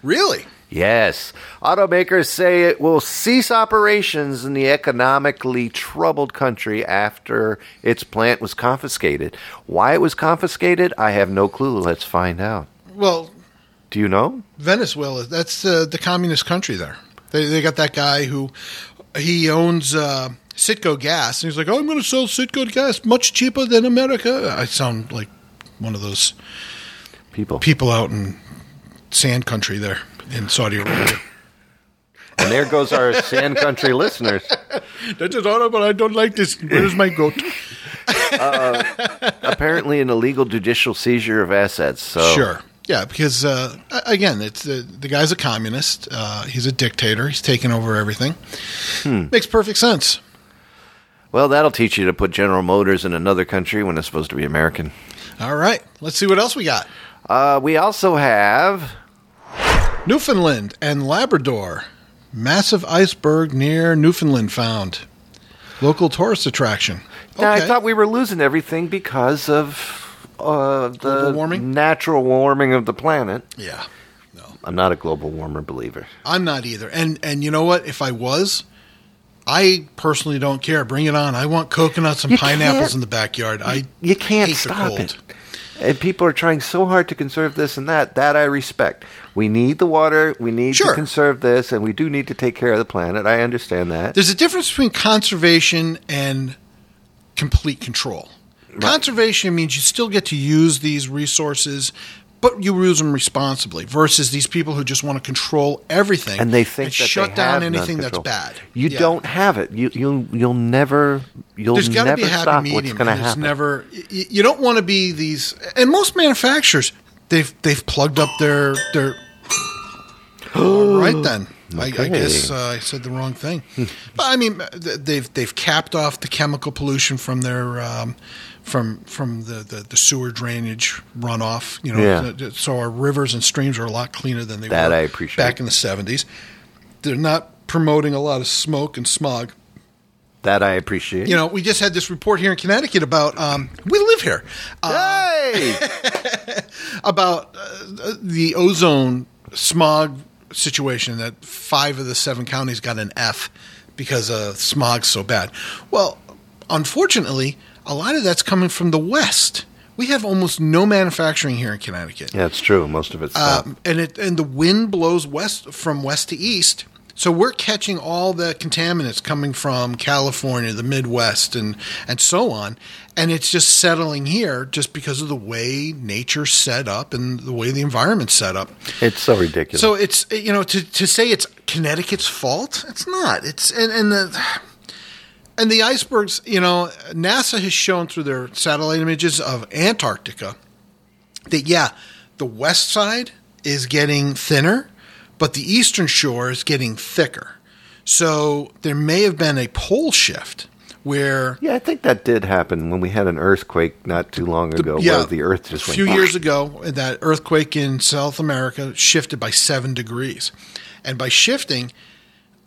Really? Yes. Automakers say it will cease operations in the economically troubled country after its plant was confiscated. Why it was confiscated, I have no clue. Let's find out. Well, Do you know? Venezuela, that's uh, the communist country there. They, they got that guy who he owns uh, Citgo Gas, and he's like, oh, I'm going to sell Citgo Gas much cheaper than America. I sound like one of those People. people out in sand country there in Saudi Arabia. And there goes our sand country listeners. That is horrible. I don't like this. Where's my goat? Apparently, an illegal judicial seizure of assets. So Sure. Yeah, because uh, a- again, it's the, the guy's a communist. Uh, he's a dictator. He's taking over everything. Makes perfect sense. Well, that'll teach you to put General Motors in another country when it's supposed to be American. All right, let's see what else we got. Uh, we also have Newfoundland and Labrador. Massive iceberg near Newfoundland found. Local tourist attraction. Now, I thought we were losing everything because of uh, the Global warming? natural warming of the planet. yeah. I'm not a global warmer believer. I'm not either. And and you know what? If I was, I personally don't care. Bring it on. I want coconuts and You pineapples can't- in the backyard. I You can't hate stop the cold. it. And people are trying so hard to conserve this and that. That I respect. We need the water. We need Sure. to conserve this, and we do need to take care of the planet. I understand that. There's a difference between conservation and complete control. Conservation means you still get to use these resources, but you use them responsibly. Versus these people who just want to control everything And they think that they shut down have anything none that's control. bad. You Yeah. don't have it. You you you'll never you'll There's got to never be a happy stop what's medium. going to There's happen. never y- y- you don't want to be these and most manufacturers they've they've plugged up their their All right then. I, I Okay. Hmm. guess uh, I said the wrong thing. but I mean th- they've they've capped off the chemical pollution from their um, from from the, the, the sewer drainage runoff, you know, Yeah. th- so our rivers and streams are a lot cleaner than they That were I appreciate. back in the 70s. They're not promoting a lot of smoke and smog that I appreciate. you know, we just had this report here in Connecticut about um, we live here uh, hey, about uh, the ozone smog situation that five of the seven counties got an F because uh, smog's so bad. Well, unfortunately, a lot of that's coming from the west. We have almost no manufacturing here in Connecticut. yeah, it's true. Most of it's not. Um, and it and the wind blows west from west to east. So we're catching all the contaminants coming from California, the Midwest, and and so on, and it's just settling here just because of the way nature's set up and the way the environment's set up. it's so ridiculous. So it's you know to to say it's Connecticut's fault, it's not. It's and and the and the icebergs. You know, NASA has shown through their satellite images of Antarctica that yeah, the west side is getting thinner, but the eastern shore is getting thicker. So there may have been a pole shift where Yeah, I think that did happen when we had an earthquake not too long ago where the earth just a went few years ago that earthquake in South America shifted by seven degrees, and by shifting,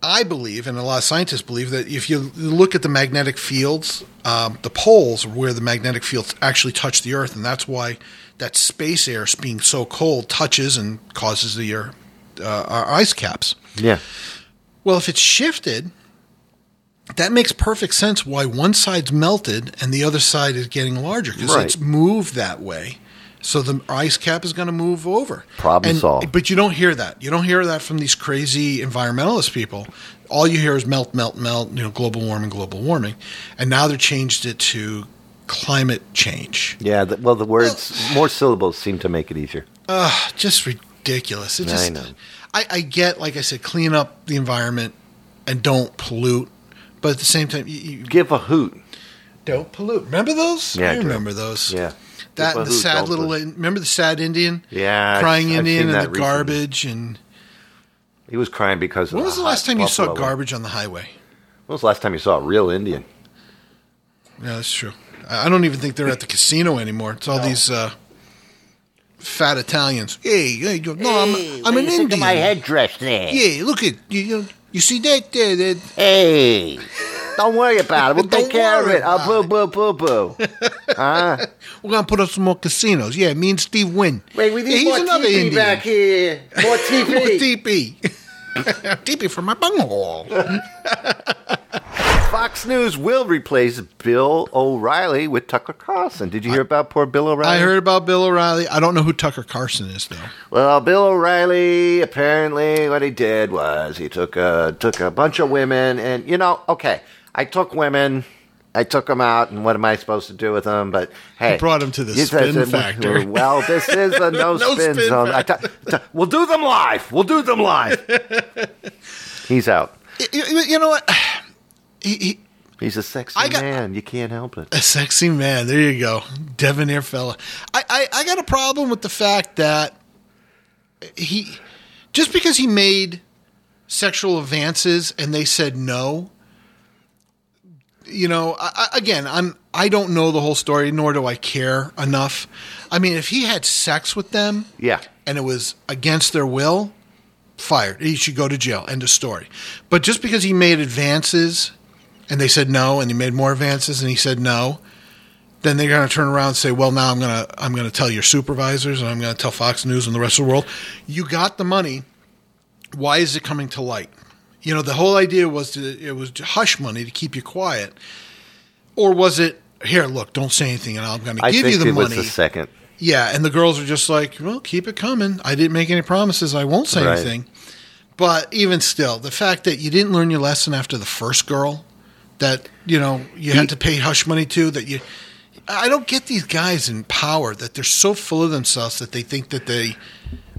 I believe, and a lot of scientists believe that if you look at the magnetic fields, um, the poles are where the magnetic fields actually touch the earth, and that's why that space air being so cold touches and causes the air, uh, our ice caps. Yeah. Well, if it's shifted, that makes perfect sense why one side's melted and the other side is getting larger because Right. it's moved that way. So the ice cap is going to move over. Problem And- solved. But you don't hear that. You don't hear that from these crazy environmentalist people. All you hear is melt, melt, melt. You know, global warming, global warming, and now they're changed it to climate change. Yeah, the, well, the words, more syllables seem to make it easier. Ugh, just ridiculous. It I just, know. I, I get, like I said, clean up the environment and don't pollute. But at the same time, you, you Give a hoot. don't pollute. Remember those? Yeah, I I do. remember those. Yeah. That Give a and the hoot, sad don't little, pollute. remember the sad Indian? Yeah, I've- Crying I've seen Indian and that the recently. garbage. And He was crying because. when of was the hot last time you saw buffalo. garbage on the highway? When was the last time you saw a real Indian? Yeah, that's true. I I don't even think they're at the casino anymore. It's all these uh, fat Italians. Hey, hey, you- no, I'm, I'm an Indian. headdress there. Yeah, look at you. You, you see that? there? that Hey, don't worry about it. We'll Don't take care of worry it. Oh, boo, boo, boo, boo. huh? We're gonna put up some more casinos. Yeah, me and Steve win. Wait, we need yeah, he's more another TV Indian. back here. More TV. More TP. TP for my bunghole. Fox News will replace Bill O'Reilly with Tucker Carlson. Did you hear about poor Bill O'Reilly? I heard about Bill O'Reilly. I don't know who Tucker Carson is though. Well, Bill O'Reilly apparently what he did was he took a took a bunch of women and you know, okay, I took women, I took them out, and what am I supposed to do with them? But hey, brought 'em to the you said- spin factor. Well, this is a no, No spin, spin zone. I t- t- we'll do them live. We'll do them live. He's out. Y- y- You, know what? He, he, He's a sexy I got- man. You can't help it. a sexy man. There you go, debonair fella. I, I I got a problem with the fact that he just because he made sexual advances and they said no. You know, I, I, again, I'm I don't know the whole story, nor do I care enough. I mean, if he had sex with them, Yeah. and it was against their will, fired. He should go to jail. End of story. But just because he made advances and they said no, and he made more advances and he said no, then they're going to turn around and say, "Well, now I'm going to I'm going to tell your supervisors and I'm going to tell Fox News and the rest of the world, you got the money. Why is it coming to light? You know, the whole idea was to it was hush money to keep you quiet, or was it?" Here, look, don't say anything, and I'm going to I give think you the it money. was the second. Yeah, and the girls are just like, "Well, keep it coming. I didn't make any promises. I won't say Right. anything." But even still, the fact that you didn't learn your lesson after the first girl that, you know, you had to pay hush money to that you I don't get these guys in power that they're so full of themselves that they think that they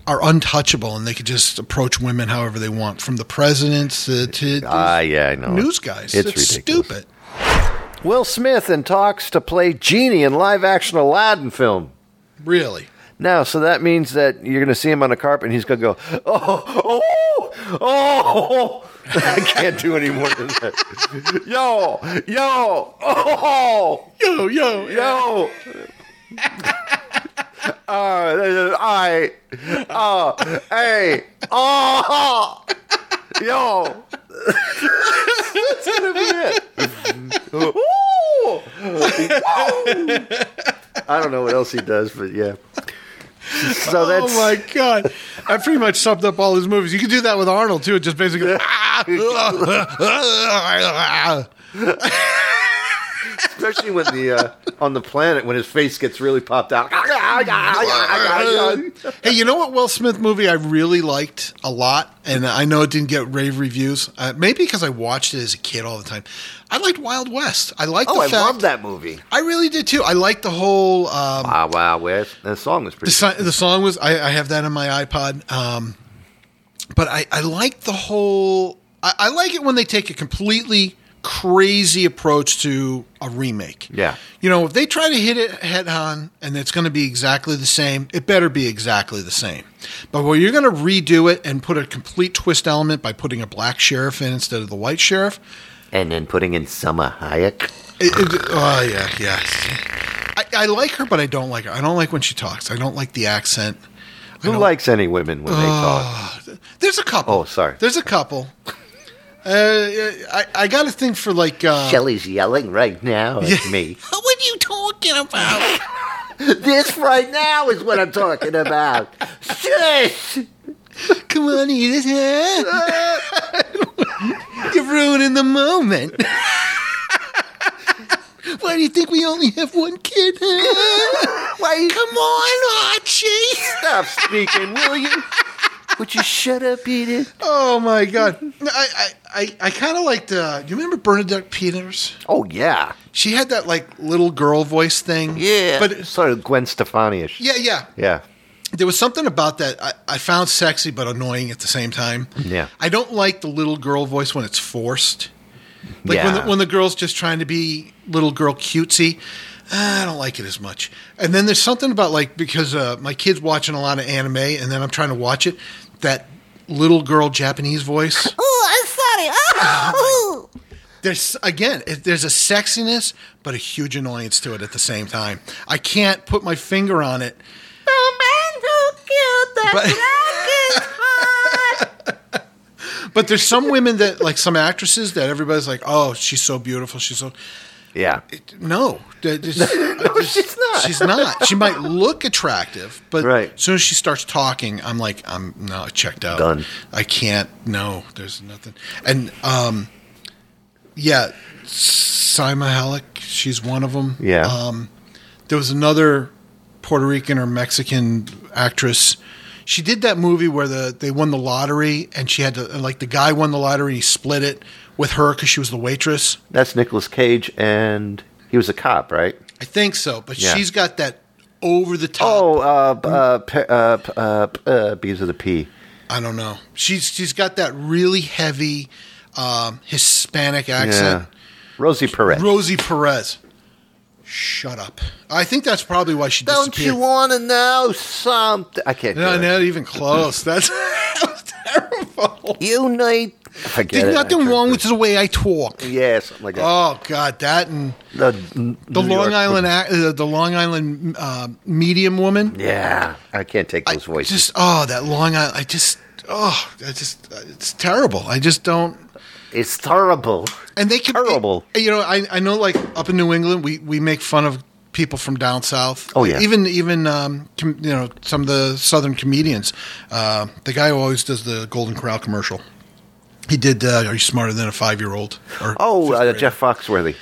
are untouchable and they could just approach women however they want, from the presidents to, to Ah, yeah, I know. news guys. It's It's, ridiculous. stupid. Will Smith in talks to play Genie in live action Aladdin film. Really. Now, so that means that you're going to see him on a carpet and he's going to go, oh, oh, oh. I can't do any more than that. Yo, yo, oh, Yo, yo, yo. Uh, I, uh, hey, oh, yo. That's going to be it. Ooh. I don't know what else he does, but yeah. So that's oh my god! I pretty much summed up all his movies. You could do that with Arnold too. Just basically. especially when the uh, on the planet when his face gets really popped out. Oh, I hey, you know what Will Smith movie I really liked a lot, and I know it didn't get rave reviews. Uh, maybe because I watched it as a kid all the time. I liked Wild West. I liked. the Oh, I fact, love that movie. I really did too. I liked the whole. Um, Wow, Ah, wow, Wes. That song was the, pretty. si- the song was I, I have that on my iPod. Um, but I, I like the whole. I, I like it when they take a completely crazy approach to a remake. Yeah. You know, if they try to hit it head on and it's going to be exactly the same, it better be exactly the same. But where you're going to redo it and put a complete twist element by putting a black sheriff in instead of the white sheriff, And then putting in Summer Hayek. it, it- oh yeah, yeah. I, I like her, but I don't like her. I don't like when she talks. I don't like the accent. Who likes any women when they talk? There's a couple. Oh, sorry. There's a couple. Uh, I, I got a thing for like. Uh, Shelly's yelling right now at me. what are you talking about? This right now is what I'm talking about. Shush! Come on, Edith. huh? You're ruining the moment. Why do you think we only have one kid? Why Come on, Archie. stop speaking, will you? Would you shut up, Edith? Oh my god! No, I I, I, I kind of liked. Uh, you remember Bernadette Peters? Oh yeah, She had that like little girl voice thing. but but sort of Gwen Stefani-ish. yeah, yeah. yeah, There was something about that I, I found sexy but annoying at the same time. Yeah. I don't like the little girl voice when it's forced. Like when the, Yeah. when the girl's just trying to be little girl cutesy. ah, I don't like it as much. And then there's something about like because uh, my kid's watching a lot of anime, and then I'm trying to watch it. That little girl Japanese voice. Oh, I'm sorry. Oh. there's again it, there's a sexiness but a huge annoyance to it at the same time i can't put my finger on it But- but there's some women that like some actresses that everybody's like oh she's so beautiful she's so yeah. no, that is- I just- she's not. she's not she might look attractive but Right. as soon as she starts talking i'm like i'm no I checked out Done. i can't no there's nothing and um yeah Sima Halek, she's one of them Yeah. um there was another Puerto Rican or Mexican actress. She did that movie where the they won the lottery and she had to and, like the guy won the lottery. He split it with her because she was the waitress. That's Nicolas Cage, and he was a cop, right? I think so, but Yeah. she's got that over the top. Oh, uh, b- uh, p- uh, p- uh, p- uh, bees of the P. I don't know. She's she's got that really heavy um, Hispanic Yeah, accent. Rosie Perez. Rosie Perez. Shut up. I think that's probably why she Don't disappeared. you want to know something? I can't. no, do it. not even close. That's that was terrible. You need. Forget There's it. I nothing can't wrong do with the way I talk. it. Yeah, something like that. Oh God, that and Uh, the the New Long York- Island, ac- uh, the Long Island uh, medium woman. Yeah, I can't take those voices. Just oh, that Long Island. I just oh, I just it's terrible. I just don't. it's terrible. And they can Terrible. you know, I I know like up in New England, we we make fun of people from down south. Oh, yeah. even even um com, you know some of the southern comedians. Uh, the guy who always does the Golden Corral commercial. He did. Uh, Are you smarter than a five-year-old? Or Oh, fifth uh, grader. Jeff Foxworthy.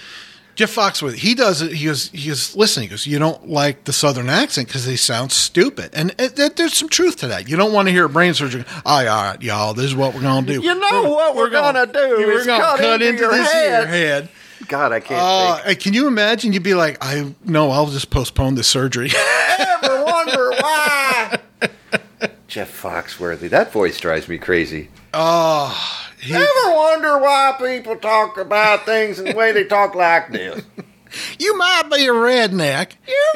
Jeff Foxworthy, he does it. He goes, he goes, listen, he goes, you don't like the Southern accent because they sound stupid. And it, that- there's some truth to that. You don't want to hear a brain surgeon, all right, all right, y'all, this is what we're going to do. You know what Oh, we're gonna do is gonna cut into your here head." head. God, I can't. Uh, think. and can you imagine? You'd be like, I no, I'll just postpone the surgery. ever wonder why. Jeff Foxworthy, that voice drives me crazy. Ah. He- Ever wonder why people talk about things and the way they talk like this? you might be a redneck. You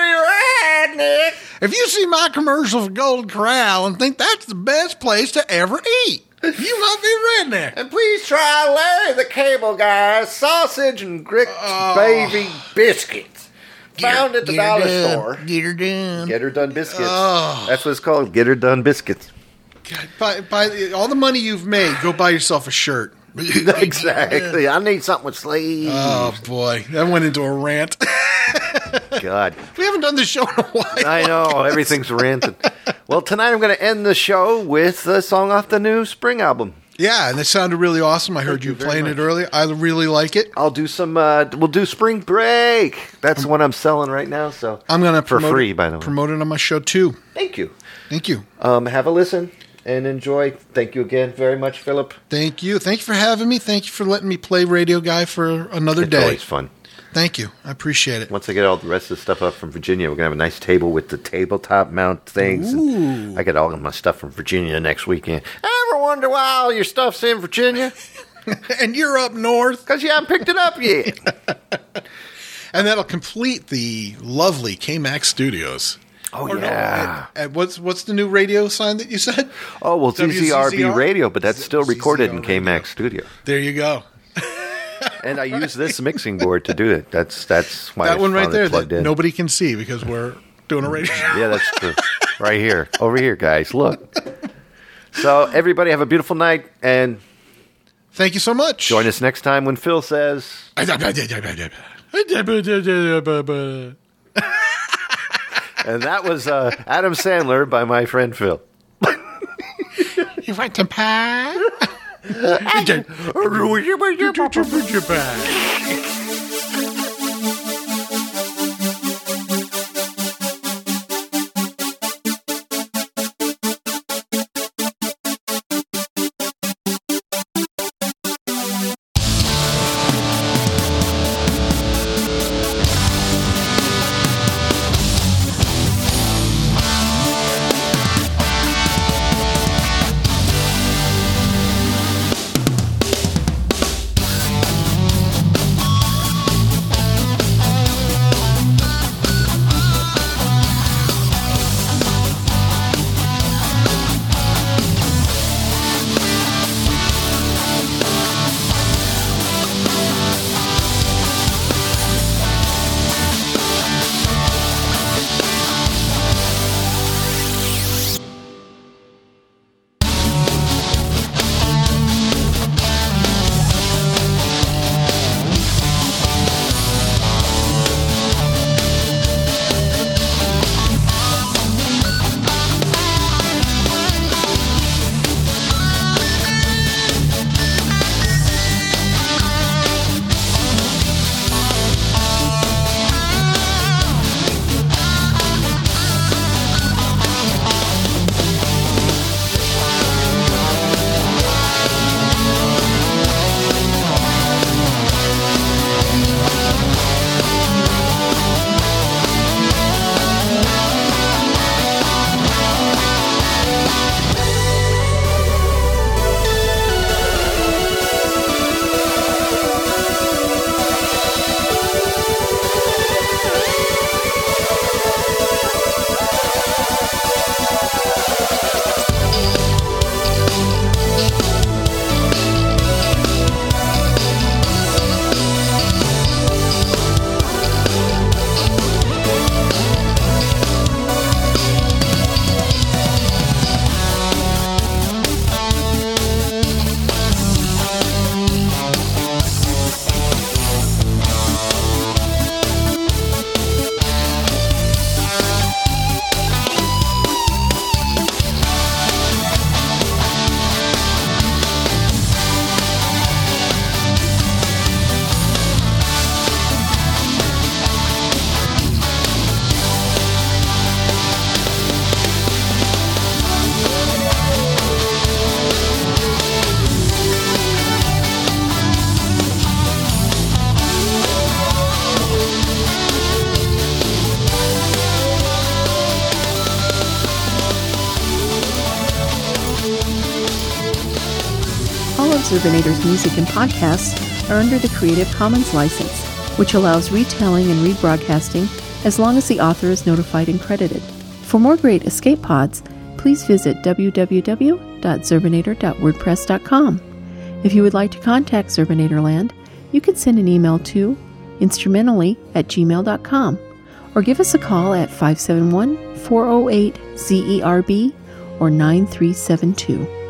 might be right, Nick. If you see my commercial for Golden Corral and think that's the best place to ever eat, you might be a redneck. And please try Larry the Cable Guy's sausage and grits baby biscuits. Found at the dollar store. Get her done. Get her done biscuits. That's what it's called. Get her done biscuits. Buy, buy the- all the money you've made, go buy yourself a shirt. Exactly. I need something with sleeves. Oh boy, that went into a rant. God. we haven't done this show in a while. I know everything's ranting. Well, tonight I'm going to end the show with a song off the new Spring album. Yeah, and it sounded really awesome. I heard you, playing it earlier. I really like it. I'll do some. Uh, we'll do Spring Break. That's the one I'm selling right now. So I'm gonna for promote free, it, by the way. Promote it on my show too. Thank you. Thank you, Um, have a listen and enjoy. Thank you again very much, Philip. thank you, thank you for having me. Thank you for letting me play Radio Guy for another It's day. always fun. Thank you, I appreciate it. Once I get all the rest of the stuff up from Virginia, we're gonna have a nice table with the tabletop mount things. and I get all of my stuff from Virginia next weekend. Ever wonder why all your stuff's in Virginia? And you're up north, Because you haven't picked it up yet. and that'll complete the lovely K Max Studios. Oh Or no, yeah. and- and what's what's the new radio sign that you said? Oh well, WCCR? ZZRB radio, but that's still recorded in ZZRB. KMax Studio, There you go. and I use this mixing board to do it. That's that's why that it's one right finally there that plugged in. nobody can see because we're doing a radio. show. Yeah, that's true. right here, over here, guys. Look. So everybody have a beautiful night, and Thank you so much. join us next time when Phil says, and that was uh, Adam Sandler by my friend Phil. You want some pie? Urbanators music and podcasts are under the Creative Commons license, which allows retelling and rebroadcasting as long as the author is notified and credited. For more great escape pods, please visit www.zerbinator.wordpress.com. If you would like to contact Zerbinator Land, you can send an email to instrumentally at gmail.com or give us a call at oh E 571 408 ZERB or 9372.